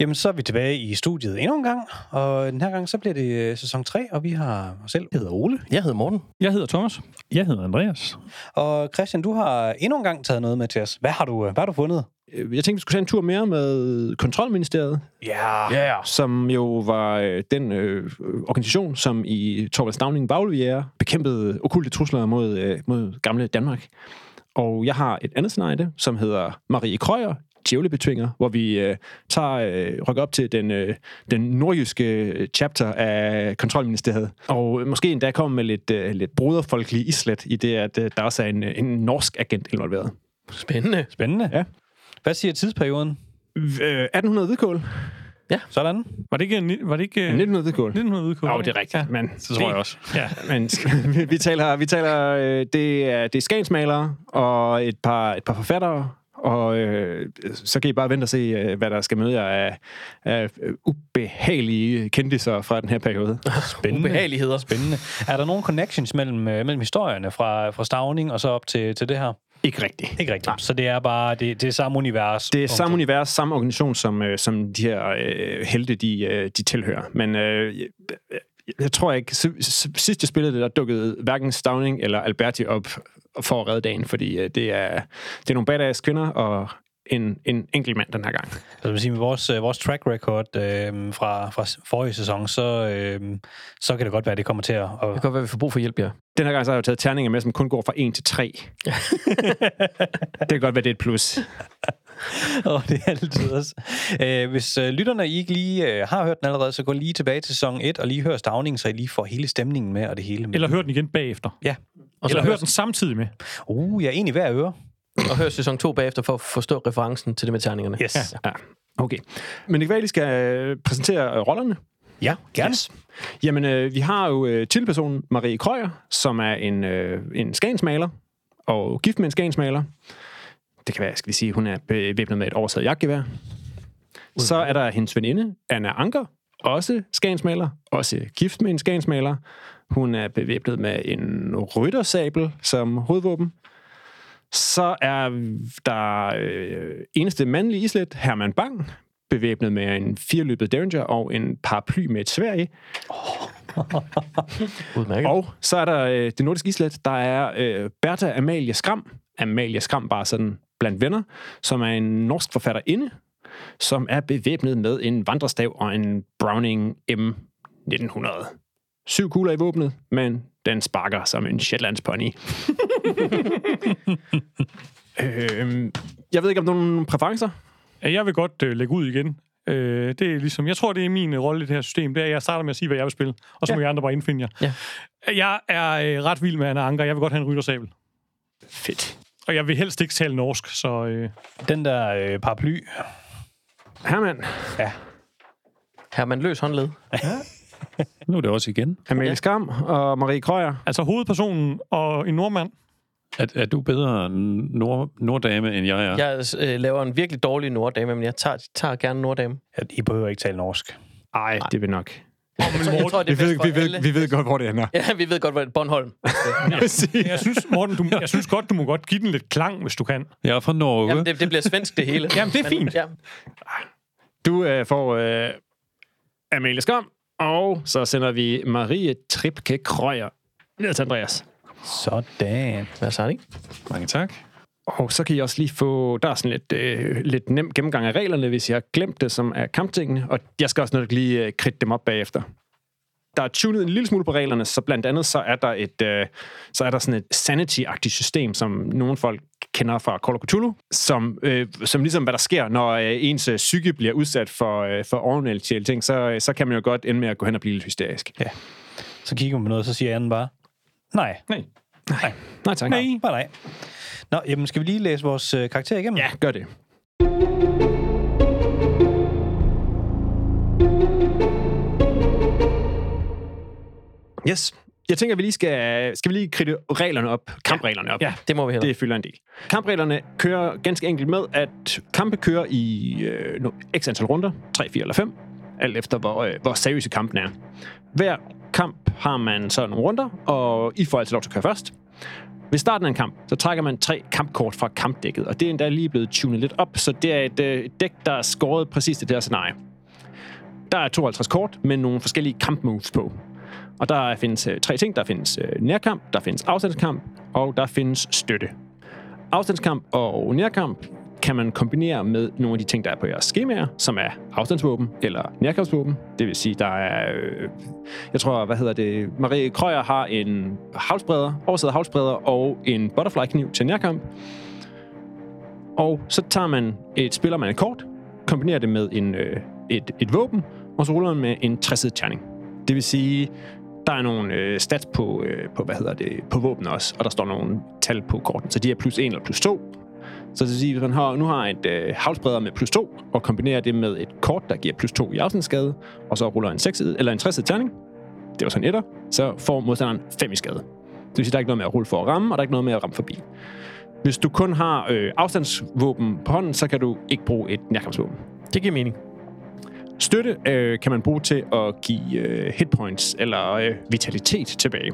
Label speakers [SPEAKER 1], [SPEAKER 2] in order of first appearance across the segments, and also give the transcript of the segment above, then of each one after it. [SPEAKER 1] Jamen, så er vi tilbage i studiet endnu en gang, og den her gang, så bliver det øh, sæson 3, og vi har os selv, jeg hedder Ole.
[SPEAKER 2] Jeg hedder Morten.
[SPEAKER 3] Jeg hedder Thomas. Jeg hedder Andreas.
[SPEAKER 1] Og Christian, du har endnu en gang taget noget med til os. Hvad har du, øh, hvad har du fundet?
[SPEAKER 4] Øh, Jeg tænkte, vi skulle tage en tur mere med Kontrolministeriet,
[SPEAKER 1] Ja,
[SPEAKER 3] Ja. Yeah.
[SPEAKER 4] som jo var øh, den øh, organisation, som i Torvald Stavning Bagleviere bekæmpede okulte trusler mod, øh, mod gamle Danmark. Og jeg har et andet scenarie, som hedder Marie Krøyer, Djævlebetvinger, hvor vi øh, tager øh, rykker op til den, øh, den nordjyske øh, chapter af Kontrolministeriet. Og øh, måske endda kommer med lidt, øh, lidt broderfolkelig islet i det, at øh, der også er en, øh, en norsk agent involveret.
[SPEAKER 2] Spændende.
[SPEAKER 1] spændende.
[SPEAKER 4] Ja.
[SPEAKER 1] Hvad siger tidsperioden?
[SPEAKER 4] Øh, 1800 hvidkål.
[SPEAKER 1] Sådan.
[SPEAKER 3] Var det ikke... ni- Var det ikke øh,
[SPEAKER 4] 1900 hvidkål.
[SPEAKER 3] 1900 udkål?
[SPEAKER 4] Jo, det er rigtigt, men
[SPEAKER 3] Så tror jeg også. Ja.
[SPEAKER 4] Men vi, vi taler, vi taler øh, det, er, det er skagensmalere og et par, et par forfattere, og øh, så kan I bare vente og se, øh, hvad der skal møde jer af, af øh, ubehagelige kendiser fra den her periode.
[SPEAKER 1] Spændende.
[SPEAKER 2] Ubehageligheder.
[SPEAKER 1] Spændende. Er der nogen connections mellem, øh, mellem historierne fra, fra Stavning og så op til, til det her?
[SPEAKER 4] Ikke rigtigt.
[SPEAKER 1] Ikke rigtigt. Så det er bare det, det er samme univers.
[SPEAKER 4] Det er samme univers, samme organisation, som, øh, som de her øh, helte, de, øh, de tilhører. Men øh, jeg, jeg tror ikke, si- si- sidst jeg spillede det, der dukkede hverken Stavning eller Alberti op for at redde dagen, fordi øh, det, er, det er nogle badass kvinder og en, en enkelt mand den her gang.
[SPEAKER 1] Så det vil sige, med vores, øh, vores track record øh, fra, fra s- forrige sæson, så, øh, så kan det godt være, at det kommer til at...
[SPEAKER 2] Det
[SPEAKER 1] at
[SPEAKER 2] kan godt være, vi får brug for hjælp, ja.
[SPEAKER 4] Den her gang så har jeg jo taget terninger med, som kun går fra 1 til 3. det kan godt være, det er et plus.
[SPEAKER 1] Og det er altid også. Øh, hvis øh, lytterne I ikke lige øh, har hørt den allerede, så gå lige tilbage til sæson 1 og lige hør Stavning, så I lige får hele stemningen med og det hele med.
[SPEAKER 3] Eller hør den igen bagefter.
[SPEAKER 1] Ja.
[SPEAKER 2] Og så
[SPEAKER 3] Eller hør
[SPEAKER 2] hører-
[SPEAKER 3] den samtidig med.
[SPEAKER 1] Uh, jeg er egentlig hver øre.
[SPEAKER 2] Og hør sæson 2 bagefter for at forstå referencen til det med terningerne.
[SPEAKER 1] Yes. Ja,
[SPEAKER 4] Ja, okay. Men det kan være, at I skal øh, præsentere øh, rollerne.
[SPEAKER 1] ja gerne.
[SPEAKER 4] Yes. Jamen, øh, vi har jo øh, titelpersonen Marie Krøyer, som er en, øh, en skagensmaler og gift med en skagensmaler. Det kan være, jeg skal lige sige, hun er bevæbnet med et oversaget jagtgevær. Så er der hendes veninde, Anna Anker, også skagensmaler, også gift med en skagensmaler. Hun er bevæbnet med en ryttersabel som hovedvåben. Så er der øh, eneste mandlige islet, Herman Bang, bevæbnet med en fireløbet Derringer og en paraply med et svær i.
[SPEAKER 2] Udmærket.
[SPEAKER 4] Og så er der øh, det nordiske islet, der er øh, Bertha Amalie Skram. Amalie Skram bare sådan blandt venner, som er en norsk forfatterinde, som er bevæbnet med en vandrestav og en Browning M1900. Syv kugler i våbnet, men den sparker som en Shetlands pony. øhm, jeg ved ikke, om der er nogle præferencer?
[SPEAKER 3] Ja, Jeg vil godt øh, lægge ud igen. Øh, det er ligesom, jeg tror, det er min øh, rolle i det her system. Det er, at jeg starter med at sige, hvad jeg vil spille. Og så må ja. I andre bare indfinde jer.
[SPEAKER 2] Ja.
[SPEAKER 3] Jeg er øh, ret vild med Anna Anker. Jeg vil godt have en ryttersabel.
[SPEAKER 4] Fedt.
[SPEAKER 3] Og jeg vil helst ikke tale norsk, så... Øh,
[SPEAKER 1] Den der øh, paraply.
[SPEAKER 4] Herman,
[SPEAKER 2] Herman Løs håndled.
[SPEAKER 5] Nu er det også igen.
[SPEAKER 4] Amalie Skram og Marie Krøyer.
[SPEAKER 3] altså hovedpersonen og en nordmand.
[SPEAKER 5] Er, er du bedre nord, norddame, end jeg er?
[SPEAKER 2] Jeg øh, laver en virkelig dårlig norddame, men jeg tager, tager gerne norddame.
[SPEAKER 1] Ja, I behøver ikke tale norsk.
[SPEAKER 4] Ej, det vil nok.
[SPEAKER 2] Jeg tror, jeg tror, det er
[SPEAKER 4] Vi ved,
[SPEAKER 2] bedst
[SPEAKER 4] vi,
[SPEAKER 2] for
[SPEAKER 4] ved,
[SPEAKER 2] alle.
[SPEAKER 4] vi ved godt, hvor det ender.
[SPEAKER 2] Ja, vi ved godt, hvad det er. Bornholm.
[SPEAKER 4] Præcis.
[SPEAKER 3] Jeg synes, Morten, du, jeg synes godt, du må godt give den lidt klang, hvis du kan.
[SPEAKER 5] Jeg er fra Norge.
[SPEAKER 2] Jamen, det, det bliver svensk, det hele.
[SPEAKER 3] Jamen, det er
[SPEAKER 2] Men-
[SPEAKER 3] fint.
[SPEAKER 2] Ja.
[SPEAKER 4] Du øh, får øh, Amalie Skam, og så sender vi Marie Tripke Krøyer ned til Andreas.
[SPEAKER 1] Sådan.
[SPEAKER 2] Hvad så, ikke?
[SPEAKER 5] Mange tak.
[SPEAKER 4] Og så kan I også lige få, der er sådan lidt, øh, lidt nem gennemgang af reglerne, hvis I har glemt det, som er kamptingene, og jeg skal også nok lige øh, kridte dem op bagefter. Der er tunet en lille smule på reglerne, så blandt andet så er der, et, øh, så er der sådan et sanity-agtigt system, som nogle folk kender fra Call of Cthulhu, som, øh, som ligesom hvad der sker, når øh, ens øh, psyke bliver udsat for, øh, for overnaturlige ting, så, øh, så kan man jo godt ende med at gå hen og blive lidt hysterisk.
[SPEAKER 1] Så kigger man på noget, så siger anden bare, nej,
[SPEAKER 4] Nej tak.
[SPEAKER 3] Nej.
[SPEAKER 1] bare nej. Nå, jamen skal vi lige læse vores øh, karakter igennem?
[SPEAKER 4] Ja, gør det. Yes. Jeg tænker, vi lige skal, skal vi lige kridte reglerne op, kampreglerne op.
[SPEAKER 3] Ja.
[SPEAKER 2] Det må vi hellere.
[SPEAKER 4] Det fylder en del. Kampreglerne kører ganske enkelt med, at kampe kører i øh, no, x antal runder, 3, 4 eller 5, alt efter hvor, øh, hvor seriøse kampen er. Hver kamp har man så nogle runder, og I får altid lov til at køre først. Ved starten af en kamp, så trækker man tre kampkort fra kampdækket, og det er endda lige blevet tunet lidt op, så det er et øh, et dæk, der er skåret præcis til det her scenarie. Der er 52 kort med nogle forskellige kampmoves på. Og der findes øh, tre ting. Der findes øh, nærkamp, der findes afstandskamp, og der findes støtte. Afstandskamp og nærkamp kan man kombinere med nogle af de ting, der er på jeres skemaer, som er afstandsvåben eller nærkampsvåben. Det vil sige, der er... Øh, jeg tror, hvad hedder det? Marie Krøyer har en havsbreder, overside havsbreder og en butterfly-kniv til nærkamp. Og så tager man et, spiller man et kort, kombinerer det med en, øh, et, et våben, og så ruller man med en træsidet terning. Det vil sige, der er nogle øh, stats på, øh, på, hvad hedder det, på våben også, og der står nogle tal på korten, så de er plus 1 eller plus 2. Så det vil sige, hvis man har, nu har et øh, havsbreder med plus 2, og kombinerer det med et kort, der giver plus 2 i afstandsskade, og så ruller en 6 eller en 60 terning, det var sådan en etter, så får modstanderen 5 i skade. Det vil sige, der er ikke noget med at rulle for at ramme, og der er ikke noget med at ramme forbi. Hvis du kun har øh, afstandsvåben på hånden, så kan du ikke bruge et nærkampsvåben.
[SPEAKER 2] Det giver mening.
[SPEAKER 4] Støtte øh, kan man bruge til at give øh, hitpoints eller øh, vitalitet tilbage.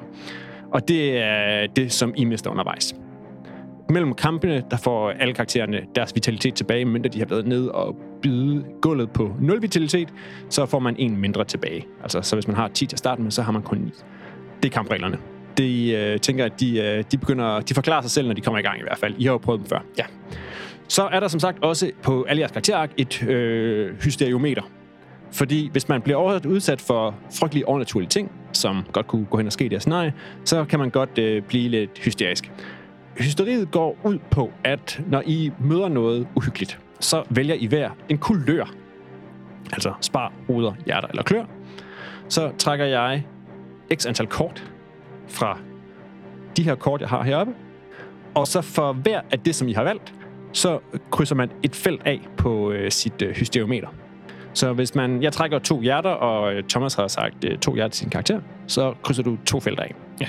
[SPEAKER 4] Og det er det, som I mister undervejs. Mellem kampene, der får alle karaktererne deres vitalitet tilbage, mindre de har været nede og byde gulvet på 0 vitalitet, så får man en mindre tilbage. Altså, så hvis man har 10 til at starte med, så har man kun 9. Det er kampreglerne. Det øh, tænker, at de, øh, de, begynder, de forklarer sig selv, når de kommer i gang i hvert fald. I har jo prøvet dem før. Ja. Så er der som sagt også på alle jeres karakterark et øh, hysteriometer, fordi hvis man bliver overhovedet udsat for frygtelige overnaturlige ting, som godt kunne gå hen og ske i det her scenarie, så kan man godt øh, blive lidt hysterisk. Hysteriet går ud på, at når I møder noget uhyggeligt, så vælger I hver en kulør. Altså spar, ruder, hjerter eller klør. Så trækker jeg x antal kort fra de her kort, jeg har heroppe. Og så for hver af det, som I har valgt, så krydser man et felt af på øh, sit øh, hysteriometer. Så hvis man, jeg trækker to hjerter, og øh, Thomas har sagt øh, to hjerter til sin karakter, så krydser du to felter af. Ja.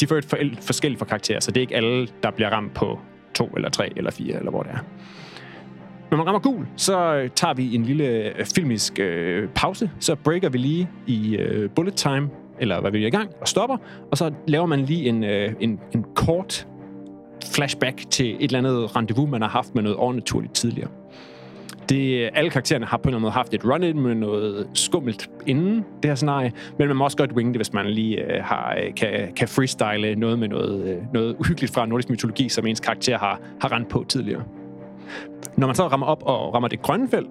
[SPEAKER 4] De får et for, forskelligt for karakterer, så det er ikke alle, der bliver ramt på to eller tre eller fire, eller hvor det er. Når man rammer gul, så øh, tager vi en lille øh, filmisk øh, pause, så breaker vi lige i øh, bullet time, eller hvad vi er i gang, og stopper, og så laver man lige en, øh, en, en kort flashback til et eller andet rendezvous, man har haft med noget overnaturligt tidligere det, øh, alle karaktererne har på en eller anden måde haft et run-in med noget skummelt inden det her scenarie, men man må også godt winge det, hvis man lige øh, har, øh, kan, kan freestyle noget med noget, øh, noget uhyggeligt fra nordisk mytologi, som ens karakter har, har rendt på tidligere. Når man så rammer op og rammer det grønne felt,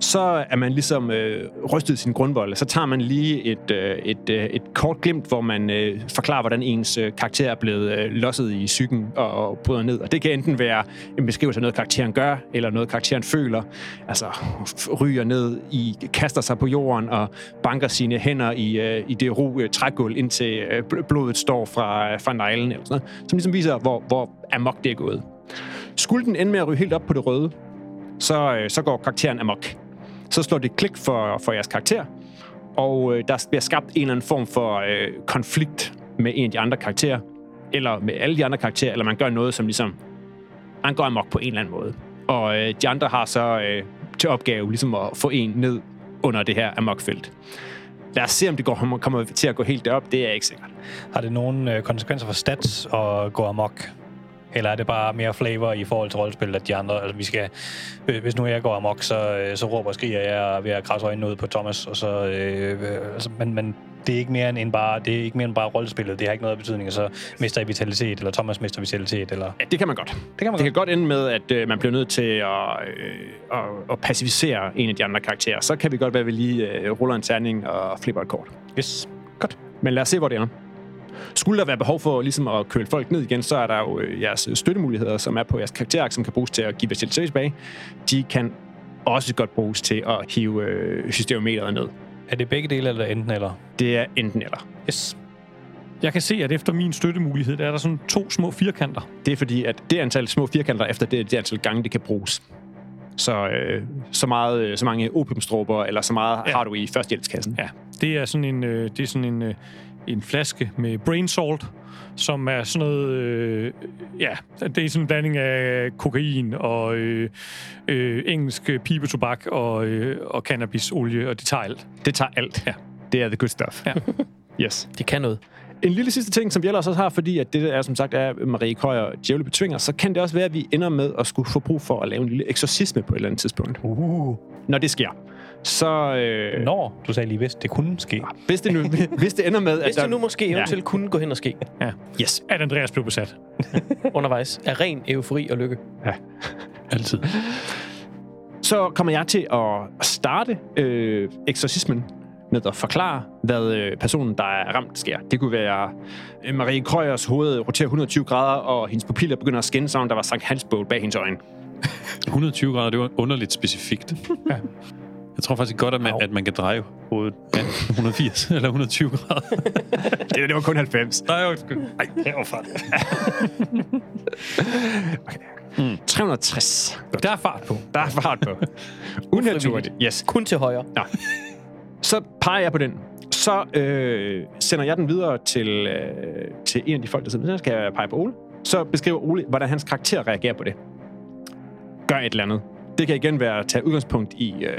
[SPEAKER 4] så er man ligesom øh, rystet i sin grundvold. Så tager man lige et, øh, et, øh, et kort glimt, hvor man øh, forklarer, hvordan ens øh, karakter er blevet øh, losset i psyken og, og bryder ned. Og det kan enten være en beskrivelse af noget, karakteren gør, eller noget, karakteren føler. Altså f- ryger ned, i kaster sig på jorden og banker sine hænder i, øh, i det ro øh, trægulv, indtil øh, bl- blodet står fra, øh, fra neglen. Eller sådan noget, som ligesom viser, hvor, hvor amok det er gået. Skulle den ende med at ryge helt op på det røde, så, øh, så går karakteren amok. Så slår det klik for, for jeres karakter, og øh, der bliver skabt en eller anden form for øh, konflikt med en af de andre karakterer, eller med alle de andre karakterer, eller man gør noget, som ligesom, man går amok på en eller anden måde. Og øh, de andre har så øh, til opgave ligesom at få en ned under det her amokfelt. Lad os se, om det går, om man kommer til at gå helt derop. Det er jeg ikke sikker.
[SPEAKER 1] Har det nogen øh, konsekvenser for stats at gå amok? Eller er det bare mere flavor i forhold til rollespil, at de andre... Altså, vi skal, øh, hvis nu jeg går amok, så, øh, så råber og skriger jeg ved at krasse øjnene ud på Thomas, og så... Øh, øh, altså, men, men det er ikke mere end bare, det er ikke mere end bare rollespillet. Det har ikke noget betydning, og så mister jeg vitalitet, eller Thomas mister vitalitet, eller...
[SPEAKER 4] Ja, det kan man godt.
[SPEAKER 1] Det kan man
[SPEAKER 4] Det kan godt ende med, at øh, man bliver nødt til at, øh, at, at passivisere en af de andre karakterer. Så kan vi godt være, at vi lige øh, ruller en terning og flipper et kort.
[SPEAKER 1] Yes.
[SPEAKER 4] Godt. Men lad os se, hvor det ender. Skulle der være behov for ligesom at køle folk ned igen, så er der jo øh, jeres støttemuligheder, som er på jeres karakterark, som kan bruges til at give vitalitet tilbage. De kan også godt bruges til at hive øh, systemometeret ned.
[SPEAKER 1] Er det begge dele, eller enten eller?
[SPEAKER 4] Det er enten eller.
[SPEAKER 1] Yes.
[SPEAKER 3] Jeg kan se, at efter min støttemulighed, der er der sådan to små firkanter.
[SPEAKER 4] Det er fordi, at det antal små firkanter efter det, er det antal gange, det kan bruges. Så, øh, så, meget, øh, så mange opiumstråber, eller så meget ja. har du i førstehjælpskassen.
[SPEAKER 3] Ja, det er sådan en, øh, det er sådan en, øh, en flaske med brain salt, som er sådan noget, øh, ja, det er sådan en blanding af kokain og øh, øh, engelsk øh, pibetobak og, øh, og cannabisolie, og det tager alt.
[SPEAKER 4] Det tager alt. Ja. Det er the good stuff.
[SPEAKER 3] Ja.
[SPEAKER 4] Yes.
[SPEAKER 2] Det kan noget.
[SPEAKER 4] En lille sidste ting, som vi ellers også har, fordi at det er som sagt er Marie Køjer djævle betvinger, så kan det også være, at vi ender med at skulle få brug for at lave en lille eksorcisme på et eller andet tidspunkt.
[SPEAKER 1] Uh.
[SPEAKER 4] Når det sker, så... Øh,
[SPEAKER 1] Når, du sagde lige hvis, det kunne ske.
[SPEAKER 4] hvis, det nu, hvis det ender med, at
[SPEAKER 2] Hvis
[SPEAKER 4] der,
[SPEAKER 2] det nu måske eventuelt ja. kunne gå hen og ske
[SPEAKER 4] Yes.
[SPEAKER 3] At Andreas blev besat.
[SPEAKER 2] undervejs af ren eufori og lykke.
[SPEAKER 5] Altid.
[SPEAKER 4] Så kommer jeg til at starte øh, eksorcismen med at forklare, hvad øh, personen, der er ramt, sker. Det kunne være øh, Marie Krøyers hoved roterer 120 grader, og hendes pupiller begynder at skinne, som om der var Sankt Hansbål bag hendes øjne.
[SPEAKER 5] 120 grader, det var underligt specifikt. Jeg tror faktisk godt, at man, at man kan dreje hovedet ja, 180 eller 120 grader.
[SPEAKER 4] Det, det var kun 90.
[SPEAKER 5] Nej, undskyld. Nej, det var fart.
[SPEAKER 4] 360.
[SPEAKER 3] Der er fart på.
[SPEAKER 4] Der er fart på. Unaturligt. Yes.
[SPEAKER 2] Kun til højre.
[SPEAKER 4] Så peger jeg på den. Så øh, sender jeg den videre til, øh, til en af de folk, der sidder. Så skal jeg pege på Ole. Så beskriver Ole, hvordan hans karakter reagerer på det. Gør et eller andet. Det kan igen være at tage udgangspunkt i, øh,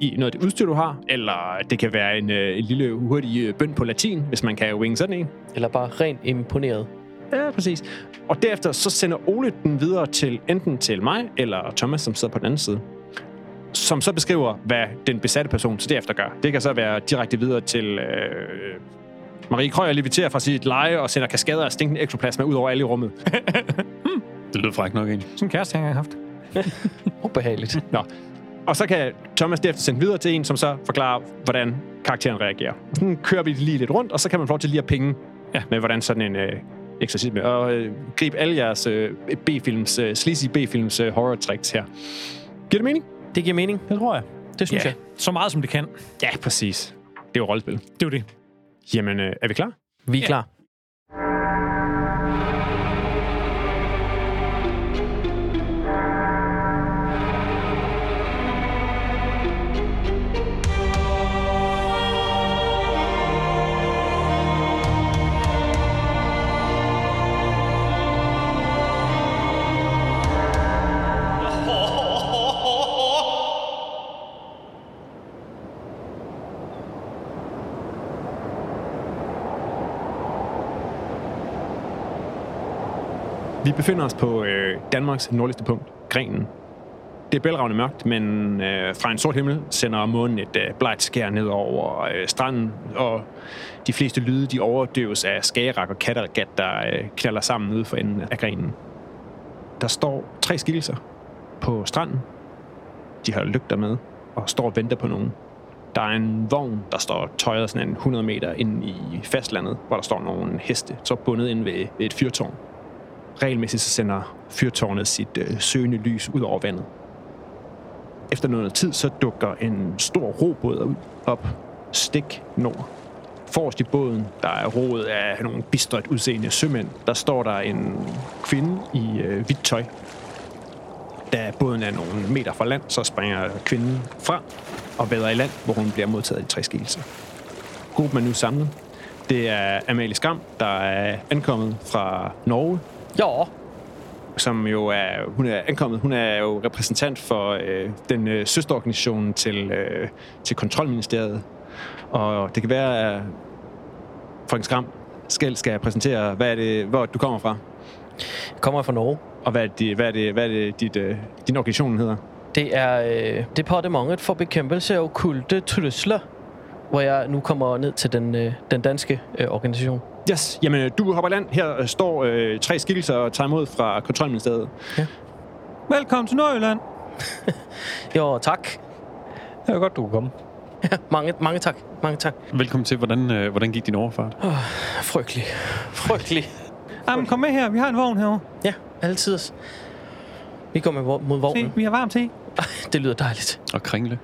[SPEAKER 4] i noget af det udstyr, du har. Eller det kan være en, øh, en lille hurtig øh, bøn på latin, hvis man kan winge sådan en.
[SPEAKER 2] Eller bare ren imponeret.
[SPEAKER 4] Ja, præcis. Og derefter så sender Ole den videre til enten til mig eller Thomas, som sidder på den anden side. Som så beskriver, hvad den besatte person så derefter gør. Det kan så være direkte videre til øh, Marie Krøyer leviterer fra sit leje og sender kaskader af stinkende eksoplasma ud over alle i rummet. Hmm.
[SPEAKER 5] Det lød frækt nok egentlig.
[SPEAKER 3] Sådan en kæreste, jeg har haft.
[SPEAKER 2] Ubehageligt.
[SPEAKER 4] Og så kan Thomas derefter sende videre til en, som så forklarer, hvordan karakteren reagerer. Sådan kører vi det lige lidt rundt, og så kan man få lov til lige at pinge ja. med, hvordan sådan en øh, eksorcisme... Og øh, grib alle jeres øh, B-films, øh, sleazy B-films øh, horror tricks her. Giver det mening?
[SPEAKER 2] Det giver mening.
[SPEAKER 1] Det tror jeg.
[SPEAKER 2] Det synes
[SPEAKER 3] Ja.
[SPEAKER 2] jeg.
[SPEAKER 3] Så meget som det kan.
[SPEAKER 4] Ja, præcis. Det er jo rollespil.
[SPEAKER 3] Det er jo det.
[SPEAKER 4] Jamen, øh, er vi klar?
[SPEAKER 2] Vi er klar.
[SPEAKER 4] Vi befinder os på øh, Danmarks nordligste punkt, Grenen. Det er bælragende mørkt, men øh, fra en sort himmel sender månen et øh, blegt skær ned over øh, stranden, og de fleste lyde de overdøves af skagerak og kattergat, der øh, knalder sammen ude for enden af grenen. Der står tre skikkelser på stranden. De har lygter med og står og venter på nogen. Der er en vogn, der står tøjet sådan en 100 meter ind i fastlandet, hvor der står nogle heste, så bundet ind ved ved et fyrtårn. Regelmæssigt så sender fyrtårnet sit øh, søgende lys ud over vandet. Efter noget tid, så dukker en stor robåd ud op stik nord. Forrest i båden, der er roet af nogle bistret udseende sømænd, der står der en kvinde i øh, hvidt tøj. Da båden er nogle meter fra land, så springer kvinden fra og vader i land, hvor hun bliver modtaget i tre skikkelser. Gruppen er nu samlet. Det er Amalie Skam, der er ankommet fra Norge
[SPEAKER 2] Ja.
[SPEAKER 4] som jo er, hun er ankommet. Hun er jo repræsentant for øh, den øh, søsterorganisation til, øh, til Kontrolministeriet. Og det kan være, at Frank Skram skal, skal præsentere, hvad er det, hvor du kommer fra,
[SPEAKER 2] Jeg kommer fra Norge.
[SPEAKER 4] og hvad er det, hvad er det, hvad er det dit, øh, din organisation hedder.
[SPEAKER 2] Det er øh, departementet for bekæmpelse af okulte trusler, hvor jeg nu kommer ned til den, øh, den danske øh, organisation.
[SPEAKER 4] Yes, jamen øh, du hopper i land. Her øh, står øh, tre skikkelser og tager imod fra Kontrolministeriet.
[SPEAKER 3] Velkommen til Nordjylland.
[SPEAKER 2] Jo, tak.
[SPEAKER 1] Det var godt, du kunne komme.
[SPEAKER 2] Mange, mange tak. Mange tak.
[SPEAKER 5] Velkommen til, hvordan, øh, hvordan gik din overfart?
[SPEAKER 2] Frygtelig. Frygtelig.
[SPEAKER 3] Jamen, kom med her. Vi har en vogn herovre.
[SPEAKER 2] Ja, altid. Vi går med vo- mod vognen.
[SPEAKER 3] vi har varmt te.
[SPEAKER 2] Det lyder dejligt.
[SPEAKER 5] Og kringle?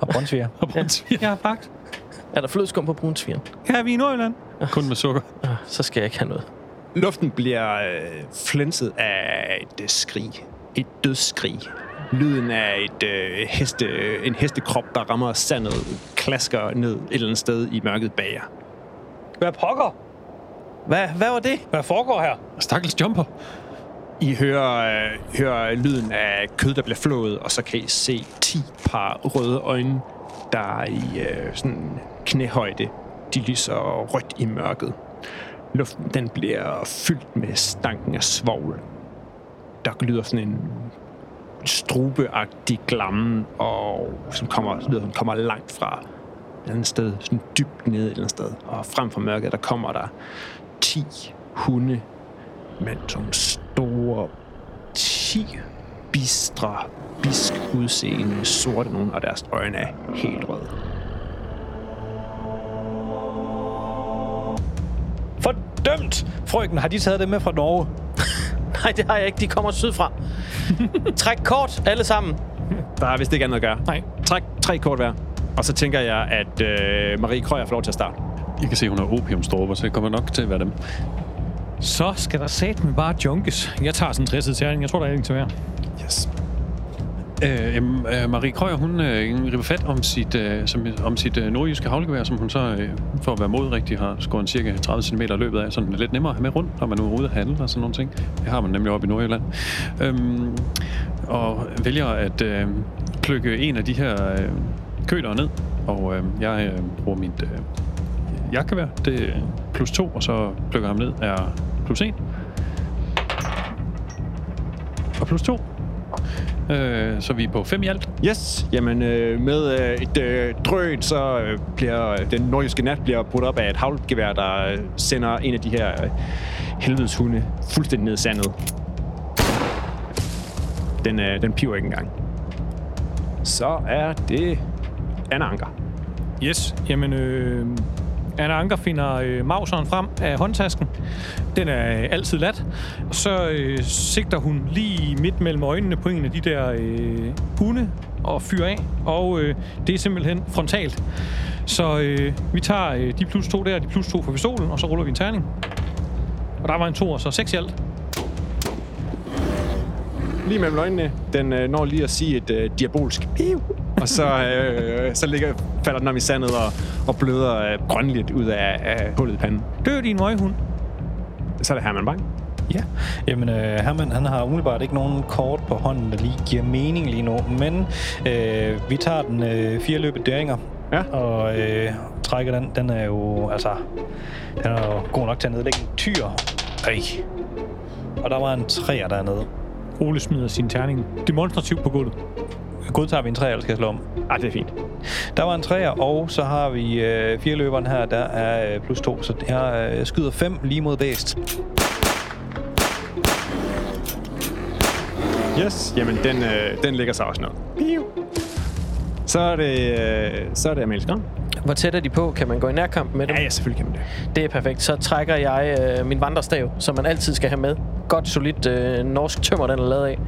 [SPEAKER 1] Og Brunsviger.
[SPEAKER 5] Og brunsviger?
[SPEAKER 3] Jeg har bagt.
[SPEAKER 2] Er der flødeskum på brunsvigeren?
[SPEAKER 3] Her er vi i Nordjylland.
[SPEAKER 5] Kun med sukker?
[SPEAKER 2] Ah, Så skal jeg ikke have noget.
[SPEAKER 4] Luften bliver øh, flænset af et øh, skrig. Et dødsskrig. Lyden af et, øh, heste, øh, en hestekrop, der rammer sandet, klasker ned et eller andet sted i mørket bag jer.
[SPEAKER 1] Hvad pokker?
[SPEAKER 2] Hvad, hvad var det?
[SPEAKER 1] Hvad foregår her?
[SPEAKER 5] Stakkels jumper.
[SPEAKER 4] I hører, øh, hører lyden af kød, der bliver flået, og så kan I se 10 par røde øjne, der er i øh, sådan knæhøjde. De lyser rødt i mørket. Luften den bliver fyldt med stanken af svovl. Der lyder sådan en strubeagtig glamme, og som kommer, lyder, som kommer langt fra et andet sted, sådan dybt nede et eller andet sted. Og frem fra mørket, der kommer der 10 hunde med sådan store, 10 bistre, bisk udseende, sorte nogen, og deres øjne er helt røde.
[SPEAKER 1] Fordømt! Frøken, har de taget det med fra Norge?
[SPEAKER 2] Nej, det har jeg ikke. De kommer sydfra. Træk kort, alle sammen.
[SPEAKER 4] Der er vist ikke andet at gøre.
[SPEAKER 3] Nej.
[SPEAKER 4] Træk tre kort hver. Og så tænker jeg, at øh, Marie Krøyer får lov til at starte.
[SPEAKER 5] I kan se, hun har opiumstråber, så det kommer nok til at være dem.
[SPEAKER 3] Så skal der satme bare junkes. Jeg tager sådan en 60 terning. Jeg tror, der er en til hver.
[SPEAKER 4] Yes.
[SPEAKER 5] Øh, jamen, øh, Marie Krøyer, hun øh, hun river fat om sit, øh, som, om sit øh, nordjyske havlgevær, som hun så, øh, for at være modrigtig, har skåret en cirka 30 cm i løbet af, så den er lidt nemmere at have med rundt, når man nu er ude at handle og sådan nogle ting. Det har man nemlig oppe i Nordjylland. Øhm, og vælger at øh, plukke en af de her øh, køler ned, og øh, jeg øh, bruger mit øh, jakkevær, det er plus to, og så plukker ham ned, er plus en. Og plus to. Øh, så vi er på fem i alt.
[SPEAKER 4] Yes, jamen øh, med øh, et øh, drøt, så øh, bliver øh, den nordjyske nat bliver brudt op af et havlgevær, der øh, sender en af de her øh, helvedeshunde fuldstændig ned i sandet. Den, øh, den piver ikke engang. Så er det Anna Anker.
[SPEAKER 3] Yes, jamen øh, Anna Anker finder øh, mauseren frem af håndtasken. Den er øh, altid lat. Så øh, sigter hun lige midt mellem øjnene på en af de der øh, hunde og fyrer af. Og øh, det er simpelthen frontalt. Så øh, vi tager øh, de plus to der, de plus to fra pistolen, og så ruller vi en terning. Og der var en to, og så seks i alt.
[SPEAKER 4] Lige mellem øjnene, den øh, når lige at sige et øh, diabolsk piv. Og så, øh, så ligger, falder den om i sandet og, og bløder øh, grønligt ud af, af hullet i panden.
[SPEAKER 3] Dør din møghund.
[SPEAKER 4] Så er det Herman Bang.
[SPEAKER 1] Ja. Jamen, øh, Herman, han har umiddelbart ikke nogen kort på hånden, der lige giver mening lige nu. Men øh, vi tager den øh, fire løbet døringer.
[SPEAKER 4] Ja.
[SPEAKER 1] Og øh, trækker den. Den er jo, altså, den er jo god nok til at nedlægge en tyr. Ej. Og der var en træer dernede.
[SPEAKER 3] Ole smider sin terning demonstrativt på gulvet.
[SPEAKER 1] Godtager vi en træer, eller skal jeg slå om?
[SPEAKER 4] Ah, det er fint.
[SPEAKER 1] Der var en træer, og så har vi øh, fire løberen her, der er øh, plus to. Så jeg øh, skyder fem lige mod væst.
[SPEAKER 4] Yes, jamen den, øh, den ligger sig også ned. Piu. Så er det, øh, så er det Amalie Skram.
[SPEAKER 2] Hvor tæt er de på? Kan man gå i nærkamp med dem?
[SPEAKER 4] ja, selvfølgelig kan man det.
[SPEAKER 2] Det er perfekt. Så trækker jeg øh, min vandrestav, som man altid skal have med. Godt, solidt øh, norsk tømmer, den er lavet af.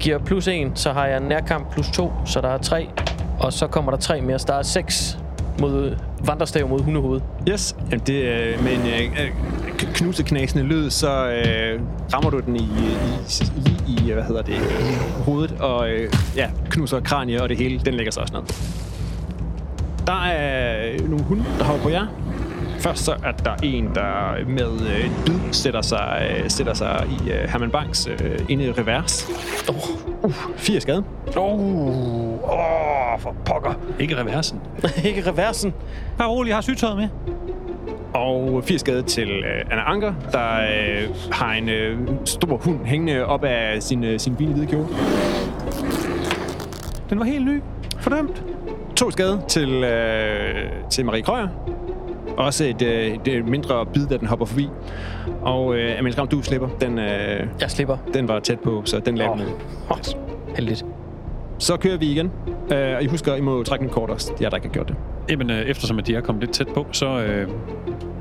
[SPEAKER 2] Giver plus 1, så har jeg nærkamp plus 2, så der er 3. Og så kommer der 3 mere, så der er 6 mod vandrestav mod hundehovedet.
[SPEAKER 4] Yes, jamen det, øh, med en øh, øh, k- knuseknasende lyd, så øh, rammer du den i, i, lige i, hvad hedder det, i hovedet, og øh, ja, knuser kranie og det hele, den ligger sig også ned. Der er øh, nogle hunde, der hopper på jer. Først så er der en, der med øh, død sætter sig, øh, sætter sig i øh, Herman Banks øh, inde revers. Oh. Uh, fire skade.
[SPEAKER 5] Ikke reversen.
[SPEAKER 2] Ikke reversen.
[SPEAKER 3] Bare rolig, jeg har sygtøjet med.
[SPEAKER 4] Og fire skade til øh, Anna Anker, der øh, har en øh, stor hund hængende op af sin, øh, sin fine hvide kjole.
[SPEAKER 3] Den var helt ny. Fordømt.
[SPEAKER 4] To skade til, øh, til Marie Krøyer. Også et, øh, et øh, mindre bid, da den hopper forbi. Og øh, Amalie Skram, du slipper. Den, øh,
[SPEAKER 2] Jeg slipper.
[SPEAKER 4] den var tæt på, så den lader oh. ned.
[SPEAKER 2] Heldigt.
[SPEAKER 4] Så kører vi igen. Øh, og I husker, I må trække en kort også. Jeg der ikke har gjort det.
[SPEAKER 5] Jamen, øh, eftersom at de er kommet lidt tæt på, så øh,